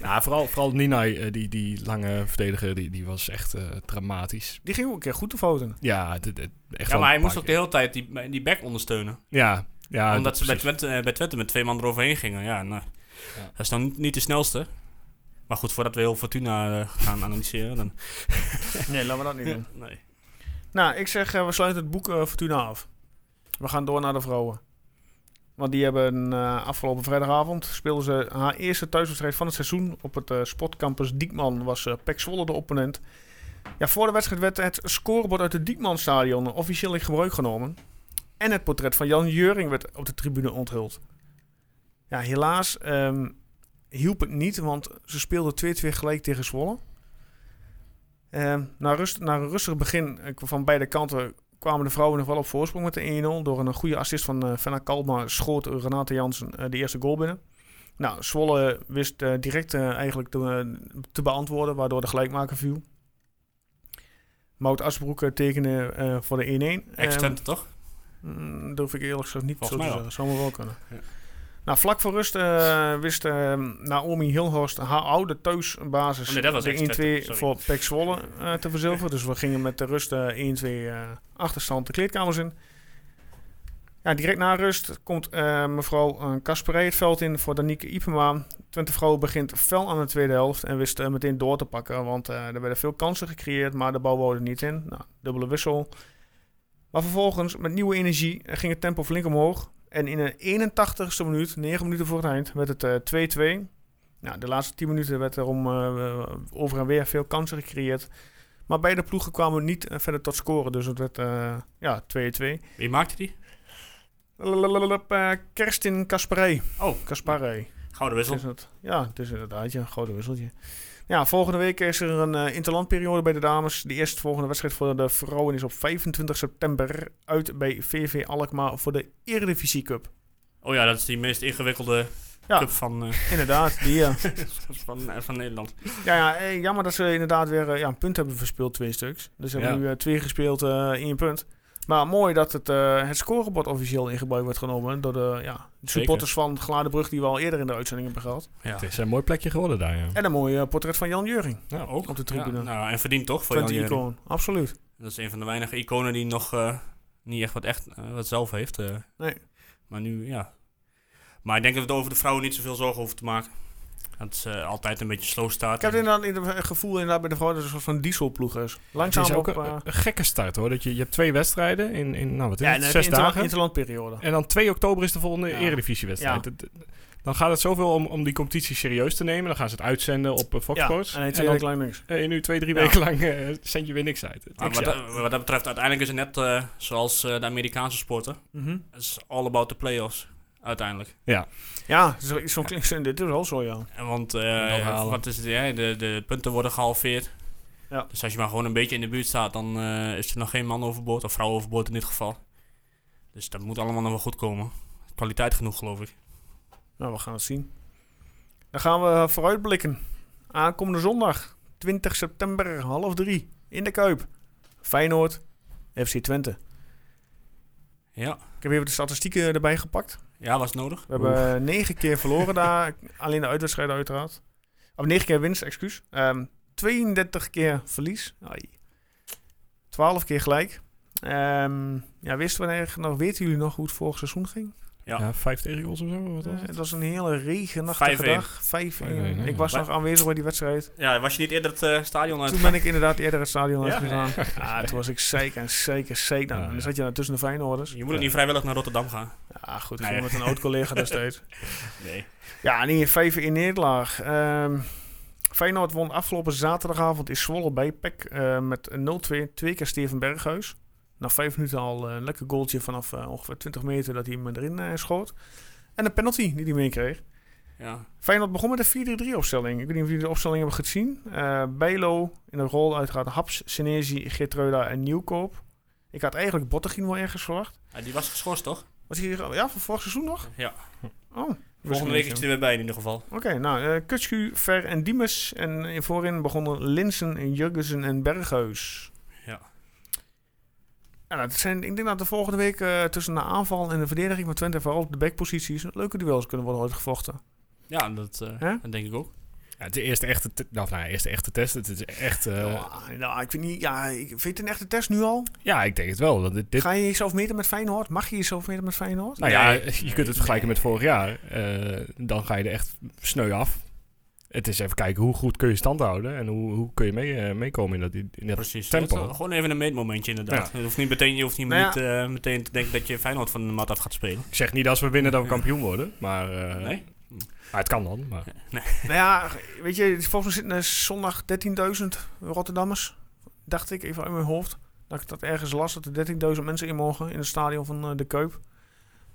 Nou, vooral, vooral Ninai, eh, die, die lange verdediger, die, die was echt eh, dramatisch.
Die ging ook een keer goed te fouten.
Ja, dit- dit- echt
ja,
wel
maar hij
een
moest
paar
ook de hele tijd die, die back ondersteunen.
keer. Ja, ja.
omdat ze bij
precies.
Twente, eh, bij Twente met twee man eroverheen gingen. Ja, nou,
Ja.
Dat is dan niet, niet de snelste. Maar goed, voordat we heel Fortuna eh, gaan analyseren, dan...
Nee, laten we dat niet doen.
Nee.
Nou, ik zeg, eh, we sluiten het boek eh, Fortuna af. We gaan door naar de vrouwen. Want die hebben eh, afgelopen vrijdagavond speelden ze haar eerste thuiswedstrijd van het seizoen op het eh, sportcampus Diekman. Was eh Pek Zwolle de opponent. Ja, voor de wedstrijd werd het scorebord uit het Diekmanstadion officieel in gebruik genomen. En het portret van Jan Jeuring werd op de tribune onthuld. Ja, helaas ehm, hielp het niet, want ze speelden 2-2 gelijk tegen Zwolle. Ehm, na, rust, na een rustig begin eh, van beide kanten kwamen de vrouwen nog wel op voorsprong met de 1-0. Door een goede assist van eh Fenna Kalma schoot Renate Jansen eh, de eerste goal binnen. Nou, Zwolle wist eh, direct eh, eigenlijk te, eh, te beantwoorden, waardoor de gelijkmaker viel. Mout Asbroek eh, tekende eh, voor de 1-1. Ehm,
Ex-Twente, toch?
Mm, dat hoef ik eerlijk gezegd niet
Volgens
zo
mij
te
wel.
zeggen. Zou maar wel kunnen.
Ja.
Nou, vlak voor rust eh, wist eh, Naomi Hilhorst haar oude thuisbasis
Oh nee, dat was echt
de 1-2
sorry.
voor Pek Zwolle eh, te verzilveren. Dus we gingen met de rust eh, 1-2 eh, achterstand de kleedkamers in. Ja, direct na rust komt eh, mevrouw eh, Kasperij het veld in voor Danique Ipema. Twente Vrouwen begint fel aan de tweede helft en wist eh, meteen door te pakken. Want eh, er werden veel kansen gecreëerd, maar de bal woonde niet in. Nou, dubbele wissel. Maar vervolgens, met nieuwe energie, eh, ging het tempo flink omhoog. En in de 81ste minuut, 9 minuten voor het eind, werd het eh, 2-2. nou, de laatste 10 minuten werd er om, eh, over en weer veel kansen gecreëerd. Maar beide ploegen kwamen niet eh, verder tot scoren, dus het werd eh, ja, 2-2.
Wie maakte die?
Lalalalalalap, eh, Kerstin Kasparij.
Oh,
Kasparij.
Gouden
Het
wissel.
is het. Ja, het is inderdaad ja, een grote wisseltje. Ja, volgende week is er een eh, interlandperiode bij de dames. De eerste volgende wedstrijd voor de vrouwen is op 25 september uit bij VV Alkmaar voor de Eredivisie Cup.
Oh ja, dat is die meest ingewikkelde
Ja.
cup van, eh,
Inderdaad, die ja.
van, eh, van Nederland.
ja, ja eh, jammer dat ze inderdaad weer eh, ja, een punt hebben verspeeld, twee stuks. Dus ze hebben
Ja.
nu eh, twee gespeeld, eh één punt. Maar mooi dat het, eh, het scorebord officieel in gebruik wordt genomen door de ja, supporters van Gladenbrug die we al eerder in de uitzending hebben gehad.
Ja.
Het is een mooi plekje geworden daar, ja.
En een mooi eh, portret van Jan Juring,
Ja, ook.
op de tribune.
Ja, nou, en verdient toch voor Jan
Twente
Jeri.
icoon, absoluut.
Dat is een van de weinige iconen die nog eh, niet echt wat, echt, eh, wat zelf heeft. eh.
Nee.
Maar nu, ja. Maar ik denk dat we het over de vrouwen niet zoveel zorgen hoeven te maken. Dat ze eh, altijd een beetje slow staat.
Ik heb
en-
inderdaad in- het gevoel inderdaad bij de vrouwen dat het een soort van dieselploeg is.
Het is
Langzaam
ook
op
een,
eh,
een gekke start hoor. Dat je, je hebt twee wedstrijden in, in nou, wat is
ja,
het,
in
zes dagen.
interlandperiode.
en dan 2 oktober is de volgende
Ja.
Eredivisiewedstrijd.
Ja.
Het- Dan gaat het zoveel om, om die competitie serieus te nemen. Dan gaan ze het uitzenden op eh, Fox
Ja,
Sports.
en hij
en
twee
dan
weken lang niks.
eh, nu twee, drie
Ja. Ah,
weken lang eh zend je weer niks uit.
Maar
Ik-
wat,
ja.
dat- wat dat betreft, uiteindelijk is het net eh, zoals eh, de Amerikaanse sporten.
Mm-hmm.
Mhm.
Het is all about the playoffs, uiteindelijk.
Ja, zo, zo klinkt dit is wel zo, ja.
En want
Nog
eh
halen.
wat is het, ja, de, de punten worden gehalveerd.
Ja.
Dus als je maar gewoon een beetje in de buurt staat, dan eh, is er nog geen man overboord. Of vrouw overboord in dit geval. Dus dat moet allemaal nog wel goed komen. Kwaliteit genoeg, geloof ik.
Nou, we gaan het zien. Dan gaan we vooruitblikken. Aankomende zondag, 20 september, half drie, in de Kuip. Feyenoord, FC Twente.
Ja,
Ik heb even de statistieken erbij gepakt.
ja was het nodig?
We hebben negen keer verloren daar. Alleen de uitwedstrijden uiteraard. Of negen keer winst, excuus. Ehm 32 keer verlies. Ai. 12 keer gelijk. Ehm, ja, wisten we eigenlijk nog, weten jullie nog hoe het vorig seizoen ging?
Ja.
Ja, vijf tegengoals of zo. Wat was
Eh,
het?
het was een hele regenachtige
5-1.
dag. 5-1.
5-1, ja.
Ik was
Maar-
nog aanwezig bij die wedstrijd.
Ja, was je niet eerder het eh, stadion uit?
Toen ben ik inderdaad eerder het stadion
Ja?
uitgegaan. Ja, toen was ik zeker en zeker zeker.
Ja,
En
ja.
dan zat je daar tussen de Feyenoorders.
Je moet ook niet vrijwillig naar Rotterdam gaan.
Ja, goed.
Nee.
Ik met een oud-collega destijds.
Nee.
Ja, en hier 5 in nederlaag. Ehm, Feyenoord won afgelopen zaterdagavond in Zwolle bij PEC eh, met 0-2. Twee keer Steven Berghuis. Na vijf minuten al eh, een lekker goaltje vanaf eh, ongeveer 20 meter dat hij hem erin eh, schoot. En een penalty die hij meekreeg.
Ja.
Feyenoord begon met een 4-3 opstelling. Ik weet niet of jullie de opstelling hebben gezien. Eh Bijlo in de rol uiteraard Haps, Senesi, Geertreuda en Nieuwkoop. Ik had eigenlijk Bottegien wel ergens verwacht.
Ja, die was geschorst, toch?
Was hij hier, ja, van vorig seizoen nog?
Ja.
Oh, wist ik
Volgende
niet,
week
joh.
is hij er weer bij in ieder geval.
Oké, nou, eh Kutschu, Ver en Diemers. En in voorin begonnen Linsen, Jurgensen en Berghuis.
Ja.
Ja, dat zijn, ik denk dat de volgende week eh, tussen de aanval en de verdediging van Twente... vooral op de backposities leuke duels kunnen worden uitgevochten.
Ja, dat, eh,
Hè?
dat denk ik ook.
Ja, het is de eerste echte, te- nou, nou, ja, eerste echte test. Het is echt, eh,
Ja, nou, ik vind, niet, ja, ik vind het een echte test nu al.
ja, ik denk het wel. Dat dit, dit-
Ga je jezelf meten met Feyenoord? Mag je jezelf meten met Feyenoord?
nou ja,
Nee.
je kunt het vergelijken met vorig jaar. Eh, dan ga je er echt sneu af. Het is even kijken hoe goed kun je stand houden en hoe, hoe kun je mee, eh, meekomen in dat, in dat
Precies.
tempo.
Dat is wel gewoon even een meetmomentje inderdaad. Je hoeft niet meteen, je hoeft niet
Nou ja.
met, eh, meteen te denken dat je Feyenoord van de mat af gaat spelen.
Ik zeg niet als we winnen dat we kampioen worden, maar, eh,
Nee?
maar het kan dan. Maar.
Nou ja, weet je, volgens mij zitten er zondag 13.000 Rotterdammers. Dacht ik, even uit mijn hoofd. Dat ik dat ergens las, dat er 13.000 mensen in mogen in het stadion van eh, de Kuip.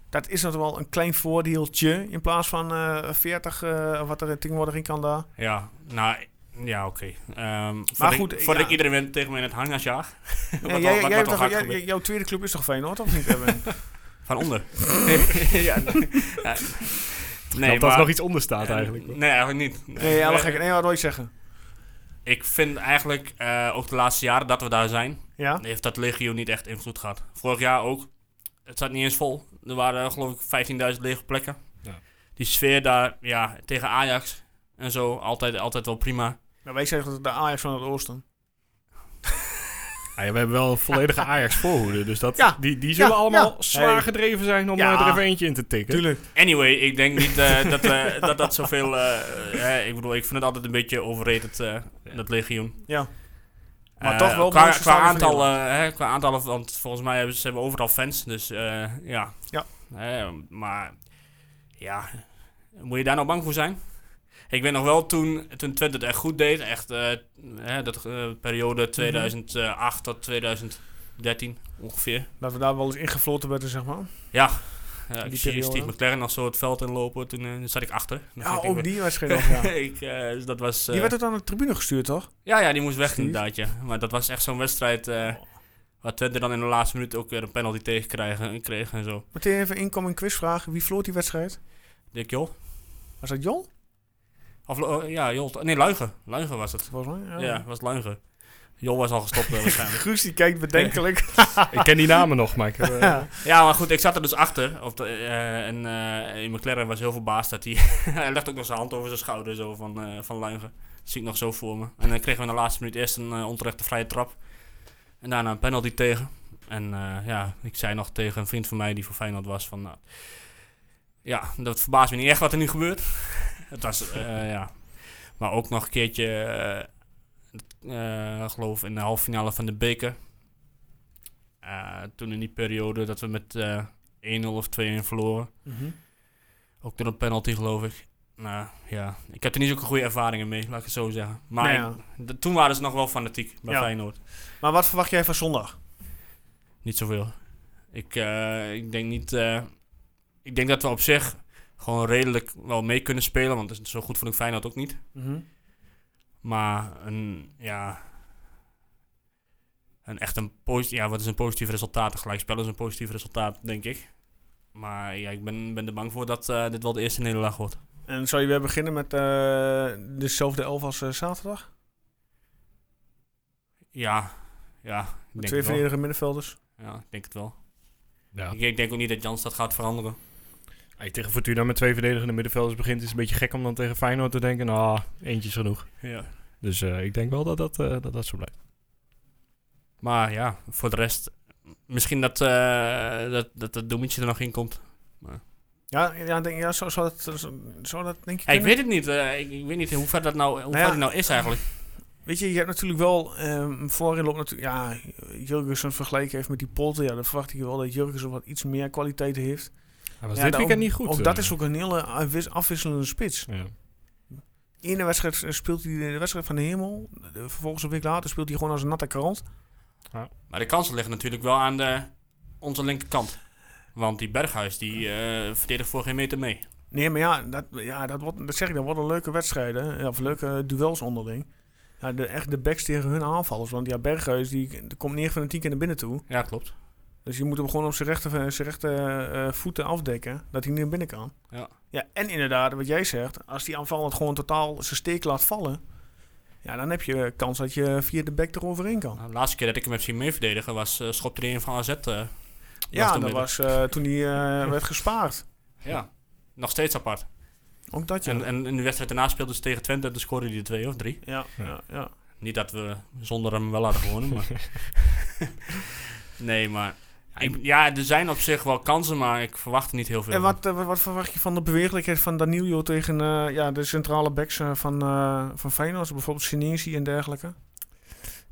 Dat is natuurlijk wel een klein voordeeltje. In plaats van eh, 40, eh, wat er tegenwoordig in kan daar.
Ja, nou, ja, oké. Ehm voordat
goed,
ik, voordat
ja.
ik iedereen weer tegen me in het hangjas jaag. Wat
Nee,
al-
jij, jij
wat- wat
hebt
al
toch-
hard
jij-
gebeurt.
jouw tweede club is toch Feyenoord, of niet? Erwin?
Van onder. ja, ja.
Nee, dat er
maar-
nog iets onder staat
eh,
eigenlijk.
Nee, eigenlijk niet.
nee, ja, gek. nee, wat wil je zeggen?
Ik vind eigenlijk, eh, ook de laatste jaren dat we daar zijn,
Ja?
heeft dat legio niet echt invloed gehad. Vorig jaar ook. Het zat niet eens vol. Er waren eh, geloof ik 15.000 lege plekken.
Ja.
Die sfeer daar, ja, tegen Ajax en zo, altijd, altijd wel prima.
Nou, wij zeggen dat de Ajax van het Oosten.
Ah ja, we hebben wel een volledige Ajax voorhoede, dus dat,
Ja.
die, die zullen
Ja,
allemaal
ja.
zwaar
Hey.
gedreven zijn om
Ja.
eh, er even eentje in te tikken.
Tuurlijk.
Anyway, ik denk niet eh, dat, eh, dat dat zoveel... eh, eh, ik bedoel, ik vind het altijd een beetje overrated, eh, dat legioen.
Ja. Maar
Eh,
toch wel
qua,
mensen
qua
staan er van
aantallen, hè, qua aantallen, want volgens mij hebben ze, ze hebben overal fans, dus eh, ja.
Ja.
Eh, maar ja, moet je daar nou bang voor zijn? Ik weet nog wel toen, toen Twente het echt goed deed, echt eh, hè, dat eh,
Mhm.
periode 2008 tot 2013 ongeveer.
Dat we daar wel eens ingefloten werden, zeg maar.
Ja, ja ik
Die
zie
periode.
Steve McLaren nog zo het veld inlopen. Toen eh, zat ik achter. Dan
Ja,
ging ik
ook
weer-
die wedstrijd nog, ja.
ik, eh, dus dat was, eh,
Die werd het aan de tribune gestuurd, toch?
ja, ja, die moest weg
Steve?
inderdaad. Ja. Maar dat was echt zo'n wedstrijd eh waar Twente dan in de laatste minuut ook weer een penalty tegen krijgen- kreeg en zo.
Meteen even inkoming quizvraag. Wie floot die wedstrijd?
Denk joh.
Was dat Jol?
Of, eh, ja, joh. Nee, Luigen. Luigen was het.
Volgens mij.
Ja, was Luigen. Jol was al gestopt eh, waarschijnlijk.
Guus die kijkt bedenkelijk.
Ik ken die namen nog, maar ik heb, eh,
Ja, maar goed, ik zat er dus achter. Of de, eh, en eh, in McLaren was heel verbaasd dat hij... hij legt ook nog zijn hand over zijn schouder zo van, eh van Luigen. Dat zie ik nog zo voor me. En dan kregen we in de laatste minuut eerst een eh, onterechte vrije trap. En daarna een penalty tegen. En eh, ja, ik zei nog tegen een vriend van mij die voor Feyenoord was van... nou, ja, dat verbaast me niet echt wat er nu gebeurt. Het was, eh, ja... Maar ook nog een keertje... eh, eh, geloof in de halve finale van de beker. Eh, toen in die periode dat we met eh, 1-0 of 2-1 verloren. Ook door een penalty, geloof ik. Nou ja, ik heb er niet zulke goede ervaringen mee, laat ik het zo zeggen. Maar
Nou ja.
ik- d- toen waren ze nog wel fanatiek bij
Ja.
Feyenoord.
Maar wat verwacht jij van zondag?
Niet zoveel. Ik, eh, ik denk niet. eh, ik denk dat we op zich gewoon redelijk wel mee kunnen spelen. Want zo goed vond ik Feyenoord ook niet. Maar een, ja. Een echt een positief. Ja, wat is een positief resultaat? Een gelijkspel is een positief resultaat, denk ik. Maar ja, ik ben, ben er bang voor dat eh, dit wel de eerste nederlaag wordt.
En zou je weer beginnen met eh, dezelfde elf als eh, zaterdag?
Ja, ja. Ik
Met
denk
twee
het wel.
verdedigende middenvelders?
Ja, ik denk het wel.
ja.
Ik, ik denk ook niet dat Jans dat gaat veranderen.
Als je tegen Fortuna met twee verdedigende middenvelders begint, is het een beetje gek om dan tegen Feyenoord te denken, nou, eentje is genoeg.
Ja.
Dus eh, ik denk wel dat dat, eh, dat, dat zo blijft.
Maar ja, voor de rest. Misschien dat eh dat, dat het doemetje er nog in komt.
Ja, ja, denk, ja zou, zou, dat, zou- zou dat denk ik...
Ja, ik weet het niet. eh, ik, ik weet niet hoe ver dat nou, hoe
ja.
ver die nou is eigenlijk.
Weet je, je hebt natuurlijk wel ehm, voorin loopt natuurlijk. Ja, Jurgensen vergelijken heeft met die Polter. Ja, dan verwacht ik wel dat Jurgensen wat iets meer kwaliteit heeft.
Hij was
ja,
dit
daar
weekend
ook-
niet goed.
Ook
eh.
dat is ook een hele afwis- afwisselende spits.
Ja.
In de wedstrijd eh, speelt hij de wedstrijd van de hemel. Vervolgens een week later speelt hij gewoon als een natte krant.
Maar de kansen liggen natuurlijk wel aan de, onze linkerkant. Want die Berghuis, die eh verdedigt voor geen meter mee.
Nee, maar ja, dat, ja dat, wordt, dat zeg ik, dat worden leuke wedstrijden. Ja, Of leuke eh, duels onderling. Ja, de, echt de backs tegen hun aanvallers. Want ja, Berghuis die, die komt 9 van de 10 keer naar binnen toe.
Ja, klopt.
Dus je moet hem gewoon op zijn rechter, zijn rechter eh, voeten afdekken, dat hij niet naar binnen kan.
Ja.
ja. En inderdaad, wat jij zegt, als die aanvallend gewoon totaal zijn steek laat vallen, ja, dan heb je kans dat je via de back eroverheen kan.
de laatste keer dat ik hem heb zien meeverdedigen was eh schop 3 van AZ. eh, was
ja, dat
toen midden.
was eh, toen hij eh, werd gespaard.
Ja, nog steeds apart.
Ook dat, ja.
En, eh, en in de wedstrijd daarna speelden ze tegen Twente, dus scoorde hij er twee of drie.
ja, ja, ja.
Niet dat we zonder hem wel hadden gewonnen, maar... nee, maar Ik- ja, er zijn op zich wel kansen, maar ik verwacht er niet heel veel.
En
van.
wat, eh, wat, wat verwacht je van de beweeglijkheid van Danilo tegen eh, ja, de centrale backs eh, van, eh, van Feyenoord? Bijvoorbeeld Senesi en dergelijke.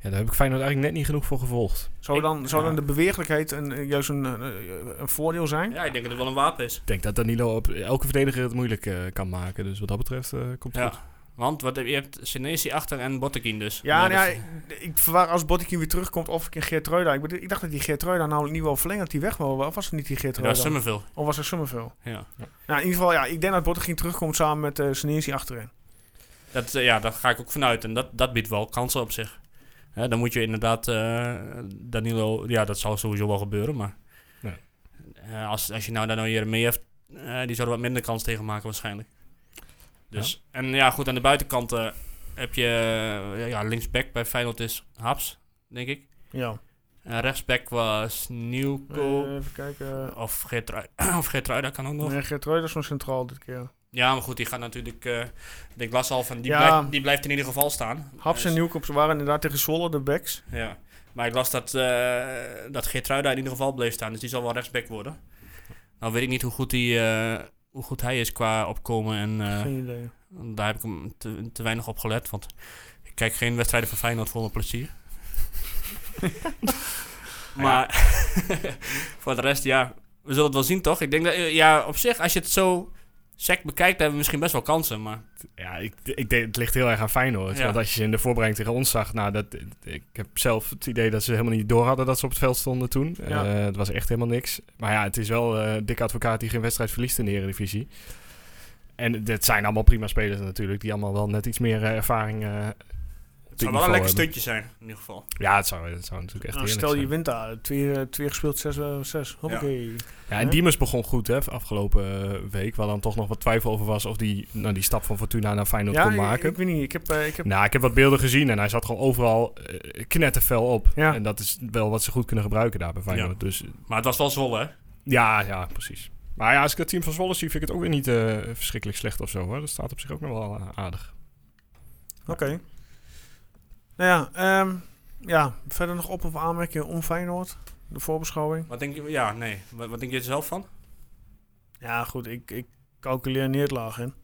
Ja, daar heb ik Feyenoord eigenlijk net niet genoeg voor gevolgd.
Zou,
Ik-
dan, zou
ja.
dan de beweeglijkheid een, eh, juist een, eh, een voordeel zijn?
Ja, ik denk dat het wel een wapen is.
Ik denk dat Danilo op elke verdediger het moeilijk eh, kan maken. Dus wat dat betreft eh, komt het
Ja.
goed.
Want wat, heb- je hebt Senesi achter en Bottekin dus.
Ja, nou ja,
dat-
ik, ik verwaar als Bottekin weer terugkomt of ik in Geert Ruida. Ik, bedoel, ik dacht dat die Geert nou Ruida namelijk niet wel verlengd, dat die weg wil. Of was het niet die Geert
dat was
Ruida?
Summerville.
Of was het Summerville?
Ja.
Nou, in ieder geval, ja, ik denk dat Bottekin terugkomt samen met eh Senesi achterin.
Dat, eh, ja, daar ga ik ook vanuit. En dat, dat biedt wel kansen op zich. Hè, dan moet je inderdaad eh, Danilo... Ja, dat zal sowieso wel gebeuren, maar...
Ja.
eh, als, als je nou dan hier mee hebt... eh, die zou er wat minder kans tegen maken waarschijnlijk. Dus, En ja, goed, aan de buitenkant eh, heb je... eh, ja, linksback bij Feyenoord is Haps, denk ik.
Ja.
En rechtsback was Nieuwkoop.
Eh, even kijken.
of Geertrui. of Geertrui, dat kan ook nog.
Nee, Geert Ruida is nog centraal dit keer.
Ja, maar goed, die gaat natuurlijk... eh ik las al van... Die,
Ja.
blijft, die blijft in ieder geval staan.
Haps en
Dus-
Nieuwkoop waren inderdaad tegen Zwolle de backs.
Ja, maar ik las dat, eh dat Geertruida in ieder geval bleef staan. Dus die zal wel rechtsback worden. Nou weet ik niet hoe goed, die, eh, hoe goed hij is qua opkomen. En eh,
Geen idee.
daar heb ik hem te, te weinig op gelet. Want ik kijk geen wedstrijden van Feyenoord voor mijn plezier. maar voor de rest, ja. We zullen het wel zien, toch? Ik denk dat, eh, ja, op zich, als je het zo sec bekijkt, hebben we misschien best wel kansen. Maar
Ja, ik, ik denk, het ligt heel erg aan Feyenoord.
Ja.
Want als je ze in de voorbereiding tegen ons zag, nou, dat, ik heb zelf het idee dat ze helemaal niet door hadden dat ze op het veld stonden toen.
Ja.
Eh, het was echt helemaal niks. Maar ja, het is wel eh dik advocaat die geen wedstrijd verliest in de Eredivisie. En dat zijn allemaal prima spelers natuurlijk, die allemaal wel net iets meer eh, ervaring eh,
het
dit
zou wel een lekker
niveau hebben.
stuntje zijn, in ieder geval.
Ja, het zou, het zou natuurlijk echt
Nou,
heerlijk
stel je
zijn.
wint daar. Twee, eh, twee gespeeld, zes, eh, zes. Hoppakee.
Ja, en
Hè?
Diemers begon goed hè, afgelopen eh, week. Waar dan toch nog wat twijfel over was of die, nou, die stap van Fortuna naar Feyenoord kon
ik-
maken.
Ik, weet niet. Ik heb, eh, ik heb,
Nou, ik heb wat beelden gezien en hij zat gewoon overal eh, knettervel op.
Ja.
En dat is wel wat ze goed kunnen gebruiken daar bij Feyenoord. Dus eh,
Maar het was wel Zwolle, hè?
ja, ja, precies. Maar ja, als ik het team van Zwolle zie, vind ik het ook weer niet eh, verschrikkelijk slecht of zo. Hoor. Dat staat op zich ook nog wel eh, aardig.
Oké. Nou ja, ehm, ja, verder nog op- of aanmerkingen om Feyenoord? De voorbeschouwing?
Wat denk je? Ja, nee. Wat, wat denk je er zelf van?
Ja, goed. Ik, ik calculeer neerlaag in.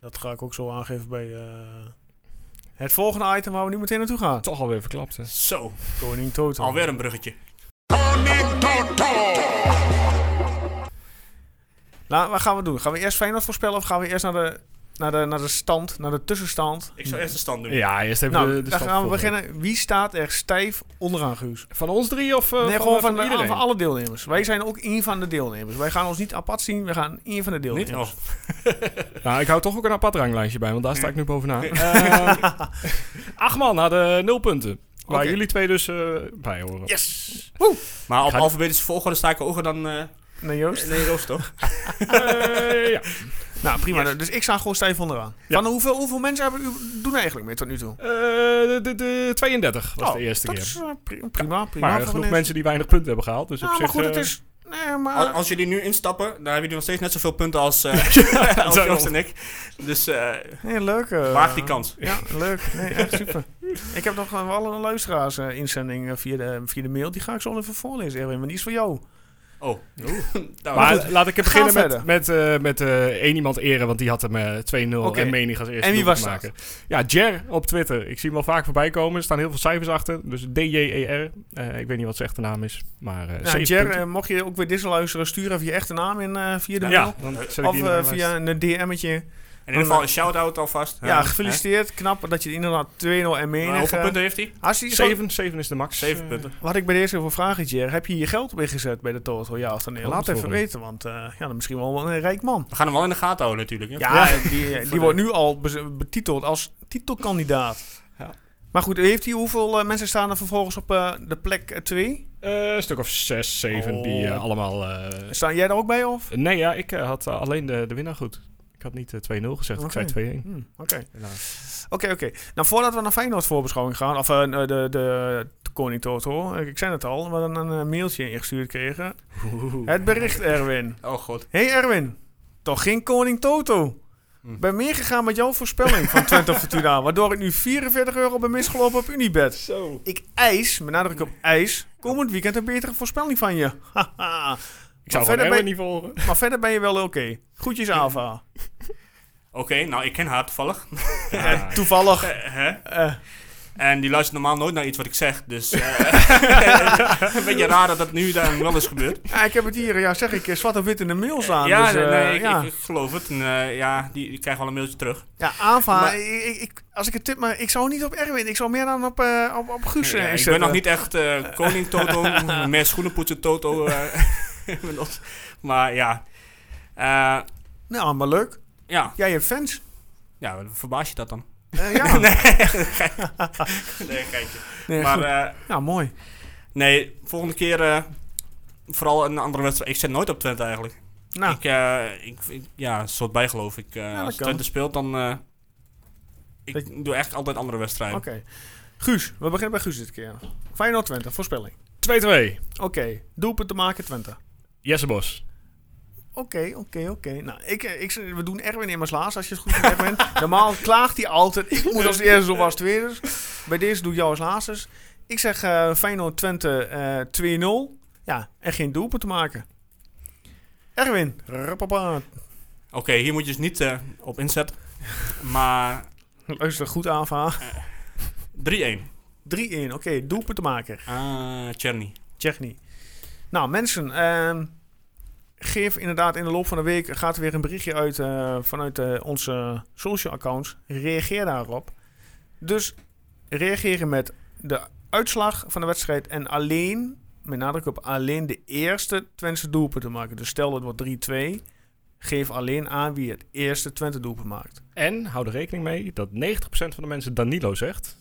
Dat ga ik ook zo aangeven bij eh, het volgende item waar we nu meteen naartoe gaan.
Toch alweer verklapt, hè?
Zo,
Koning Toto.
alweer een bruggetje.
Nou, wat gaan we doen? Gaan we eerst Feyenoord voorspellen of gaan we eerst naar de, naar de, naar de stand, naar de tussenstand?
Ik zou eerst de stand doen.
Ja, eerst even
Nou,
de, de
dan
stand
gaan we
volgen.
beginnen. Wie staat er stijf onderaan, Guus?
Van ons drie of eh,
Nee, gewoon van,
iedereen?
de, ah, van alle deelnemers. Wij zijn ook één van de deelnemers. Wij gaan ons niet apart zien, we gaan één van de
Niet?
deelnemers.
Oh,
Nou, ik hou toch ook een apart ranglijstje bij, want daar sta ik nu bovenaan. Eh, acht man hadden nul punten. Waar
Oké.
jullie twee dus eh, bij horen.
Yes!
maar op
Ga-
alfabetische volgorde sta ik hoger dan eh
Nee, Joost?
nee, Roos, toch?
Eh, ja.
Nou, prima. Dus ik sta gewoon stijf onderaan.
Ja.
Van hoeveel, hoeveel mensen hebben, u- doen er eigenlijk mee tot nu toe?
Eh, de, de, de 32 was
Oh,
de eerste
dat
keer.
is eh, pri- prima, prima.
Maar
voor
genoeg
een-
mensen die weinig punten hebben gehaald. Dus
Nou,
op zich,
maar goed, het
eh, Oh,
is... Nee, maar...
Als, als jullie nu instappen, dan hebben jullie nog steeds net zoveel punten als, eh als
daarom.
Joost en ik. Dus eh
Nee, leuk. eh,
maak die kans.
Ja, leuk. Nee, echt super. ik heb nog wel een luisteraars-inzending eh, via, de, via de mail. Die ga ik zo even voorlezen, Erwin. Maar die is voor jou.
Oh, nou,
Maar
goed.
laat ik het
Ga
beginnen
verder.
met, met, eh, met eh, één iemand eren, want die had hem eh, 2-0
Oké.
en menig als eerste
En wie
doelpunt
was
maken. Ja, Jer op Twitter. Ik zie hem al vaak voorbij komen. Er staan heel veel cijfers achter. Dus D-J-E-R. Eh, ik weet niet wat zijn echte naam is, maar eh
Nou,
zeven
Jer,
punten.
eh, mocht je ook weer dit luisteren, stuur even je echte naam in eh, via de mail.
ja, dan zet ik
Of
die in
eh,
de
via een DM'tje.
in ieder geval een shout-out alvast.
Ja, gefeliciteerd. Knap dat je inderdaad 2-0 en
Hè?
Nou,
Maar
menig.
hoeveel
eh,
punten heeft hij?
Als je,
7, 7 is de max.
Zeven
Eh,
punten.
wat ik bij deze voor vraag is, Jer, heb je je geld op ingezet bij de Toto? Ja, of dan nee?
Oh,
Laat
dat is
even
wel
weten, want eh, ja, dan misschien wel een rijk man.
We gaan hem wel in de gaten houden natuurlijk. Hè?
Ja, die, eh,
Voor
die
de-
wordt nu al bez- betiteld als titelkandidaat.
Ja.
Maar goed, heeft hij hoeveel eh, mensen staan er vervolgens op eh, de plek 2?
eh, een stuk of 6, 7 die eh,
Oh.
allemaal... eh,
Staan jij daar ook bij, of?
nee, ja, ik eh, had eh, alleen de, de winnaar goed. Ik had niet eh, 2-0 gezegd,
Oké.
ik zei 2-1.
Hm, Oké,
Helaas.
oké, oké. Nou, voordat we naar Feyenoord voorbeschouwing gaan, of eh, de, de, de koning Toto, eh, ik zei het al, we hadden een eh, mailtje ingestuurd kregen. Het bericht, Erwin.
Oh god.
Hé hey Erwin, toch geen koning Toto? Ik ben meer gegaan met jouw voorspelling van Twente Fortuna. Waardoor ik nu 44 euro ben misgelopen op Unibet.
Zo.
Ik eis, met nadruk op eis, komend weekend een betere voorspelling van je. Haha.
Ik
Maar
zou
verder
verder
ben-
niet volgen.
maar verder ben je wel oké. Groetjes, Ava.
Oké, nou ik ken haar toevallig.
Eh, toevallig.
Eh, hè?
eh,
En die luistert normaal nooit naar iets wat ik zeg. Dus eh, een beetje raar dat dat nu dan wel is gebeurd.
ja, ik heb het hier, ja, zeg ik, eh, zwart op wit in de mail staan.
ja,
dus,
nee,
eh,
nee, ik,
ja.
ik geloof het. En, eh, ja, die, die krijgen wel een mailtje terug.
Ja, Ava,
Maar-
ik, ik- ik- als ik het tip, maar ik zou niet op Erwin, ik zou meer dan op, eh, op, op Guus
Ja,
eh,
ik ben
zetten.
nog niet echt eh, koning Toto, meer schoenen poetsen Toto. eh, inmiddels. maar ja. Eh,
Nou, maar leuk.
ja,
Jij hebt fans.
ja, wat verbaas je dat dan?
Eh, ja,
nee, geintje. nee, geintje.
Nee,
Maar
goed.
eh,
ja, mooi.
nee, volgende keer eh, vooral een andere wedstrijd. Ik zet nooit op Twente eigenlijk.
Nou,
Ik, eh, ik, ik- ja, een soort bijgeloof. Ik, eh,
dat
als
kan.
Twente speelt, dan... eh, ik
Dat-
doe echt altijd andere wedstrijden.
oké. Guus, we beginnen bij Guus dit keer. Feyenoord Twente, voorspelling.
2-2.
Oké, doelpunt te maken Twente.
Jesse Bos.
Oké, oké, oké. Nou, ik, eh, ik, we doen Erwin immers laatst, als je het goed vindt, Erwin. Normaal klaagt hij altijd. Ik moet als eerste of als tweede. Bij deze doe ik jou als laatste. Ik zeg eh Feyenoord Twente eh 2-0. Ja, en geen doelpunt te maken. Erwin, rappapa.
Oké, hier moet je dus niet eh, op inzetten. maar
Luister goed aan, van
3-1.
3-1, oké, doelpunt te maken.
Ah, Cherny.
Check niet. Nou, mensen, ehm, geef inderdaad in de loop van de week gaat er weer een berichtje uit eh, vanuit eh, onze social accounts. Reageer daarop. Dus reageren met de uitslag van de wedstrijd en alleen, met nadruk op alleen de eerste Twente doelpunt te maken. Dus stel dat wordt 3-2, geef alleen aan wie het eerste Twente doelpunt maakt.
En hou er rekening mee dat 90% van de mensen Danilo zegt.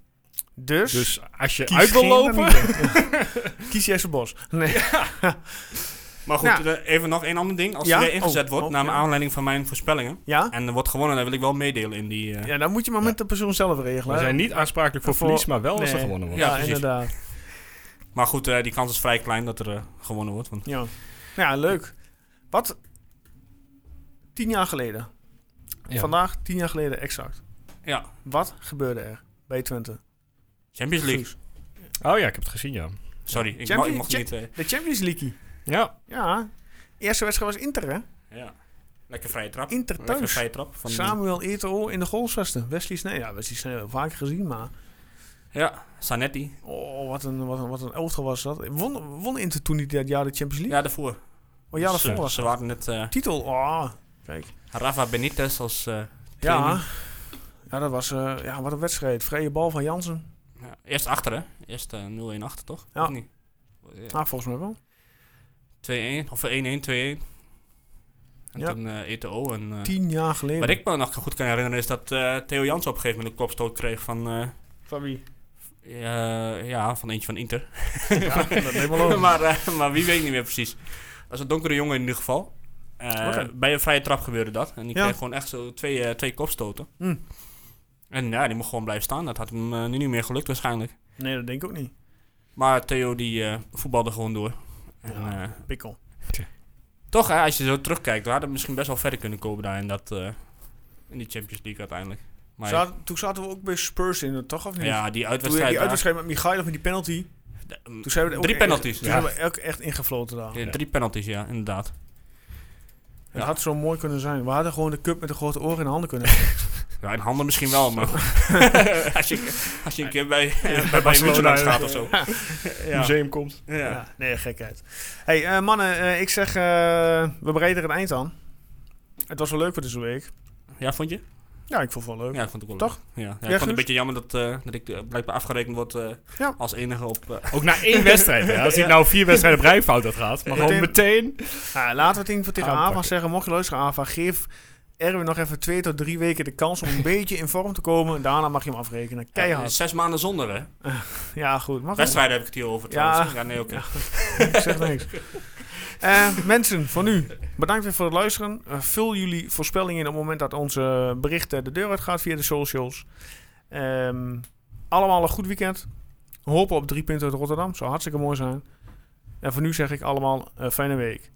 Dus,
Dus als je
kies
uit wil
geen
lopen...
Danilo. kies Jesse Bos. Nee.
Maar goed,
Nou.
eh, even nog één ander ding. Als
Ja?
er weer ingezet
Oh,
wordt,
oh,
naar
ja.
aanleiding van mijn voorspellingen...
Ja?
en er wordt gewonnen, dan wil ik wel meedelen in die... eh,
Ja, dan moet je maar met de persoon zelf regelen.
We zijn niet aansprakelijk voor
Voor-
verlies, maar wel als er
Nee.
gewonnen wordt.
Ja,
Ja,
precies.
inderdaad.
Maar goed, eh, die kans is vrij klein dat er eh, gewonnen wordt. Want
Ja. Nou ja, leuk. Wat? Tien jaar geleden.
Ja.
Vandaag, tien jaar geleden exact.
ja,
Wat gebeurde er bij Twente?
Champions League.
Guus.
Oh ja, ik heb het gezien, ja.
Sorry, ik,
Champions-
mo- ik mocht
Cha-
niet... eh,
De Champions League.
Ja,
Ja. Eerste wedstrijd was Inter, hè?
eh, ja. Lekker vrije trap.
Inter
Lekker
thuis.
vrije trap. Van eh,
Samuel Eto'o in de goalsvesten. Wesley Sneijder. Ja, Wesley Sneijder hebben we vaker gezien, maar...
Ja, Sanetti.
Oh, wat een, wat een, wat een elftal was dat. Won, won Inter toen niet dat jaar de Champions League?
Ja, daarvoor.
oh, ja,
Dus,
daarvoor
eh,
was
Ze
het.
waren net eh,
Titel, oh. Kijk.
Rafa Benitez als... eh,
Ja.
trainer.
Ja, dat was... eh, ja, wat een wedstrijd. Vrije bal van Jansen.
ja, Eerst achter, hè? Eerst eh, 0-1 achter, toch?
Ja.
Of niet?
Ah, volgens mij wel.
2-1, of 1-1, 2-1. En
Ja.
toen eh ETO. En, eh,
Tien jaar geleden.
wat ik me nog goed kan herinneren is dat eh, Theo Jans op een gegeven moment een kopstoot kreeg van... eh,
Van wie?
eh, ja, van eentje van Inter.
Ja, dat neem maar over.
maar, eh, maar wie weet niet meer precies. Dat is een donkere jongen in ieder geval. Eh,
Oké.
Bij een vrije trap gebeurde dat. En die
Ja.
kreeg gewoon echt zo twee, eh, twee kopstoten.
Hm.
En ja, die mocht gewoon blijven staan. Dat had hem eh, nu niet meer gelukt waarschijnlijk.
Nee, dat denk ik ook niet.
Maar Theo die eh, voetbalde gewoon door. En, eh,
Pikkel.
toch, hè, als je zo terugkijkt, we hadden misschien best wel verder kunnen komen daar in, dat, eh, in die Champions League uiteindelijk. Maar
Zaten- toen zaten we ook bij Spurs in, toch? Of niet?
ja, die
Toen we
uitwedstrijd.
die
daar,
uitwedstrijd met Michailov met die penalty.
de- mm,
Toen Oh, zijn we er ook
drie
e-
penalties.
Toen
Ja.
hebben we ook echt ingefloten daar.
Ja, Drie penalties, ja, inderdaad.
Het had zo mooi kunnen zijn. We hadden gewoon de cup met de grote oren in de handen kunnen hebben.
Ja, in handen misschien wel, maar als, je, als je een keer bij, bij,
Barcelona
Barcelona gaat of zo. Ja.
museum komt.
Ja.
Ja.
nee, gekheid. hey, eh, mannen, eh, ik zeg, eh, we bereiden er een eind aan. Het was wel leuk voor deze week.
ja, vond je?
Ja, ik vond het wel leuk.
Ja, ik vond het ook wel
Toch?
leuk. Ja, ja, ik vond
Guus?
het een beetje jammer dat, eh, dat ik eh, blijkbaar afgerekend word eh,
Ja.
als enige op... eh,
Ook na één wedstrijd. hè. Als hij nou vier wedstrijden op rij fout had gehad, maar gewoon meteen...
Ah, laten we het in ieder geval tegen
Aanpakken.
Ava zeggen. Mocht je luisteren, Ava, geef Erwin nog even twee tot drie weken de kans om een beetje in vorm te komen. En daarna mag je hem afrekenen.
eh,
Keihard.
zes maanden zonder, hè?
Ja, goed. Mag ik?
Wedstrijden heb ik het hier over
Ja.
trouwens. Ja, nee, oké.
Ik zeg niks. Eh, mensen, voor nu, bedankt weer voor het luisteren. Eh, vul jullie voorspellingen in op het moment dat onze berichten de deur uitgaat via de socials. Ehm, allemaal een goed weekend. Hopen op drie punten uit Rotterdam. Zou hartstikke mooi zijn. En voor nu zeg ik allemaal een eh, fijne week.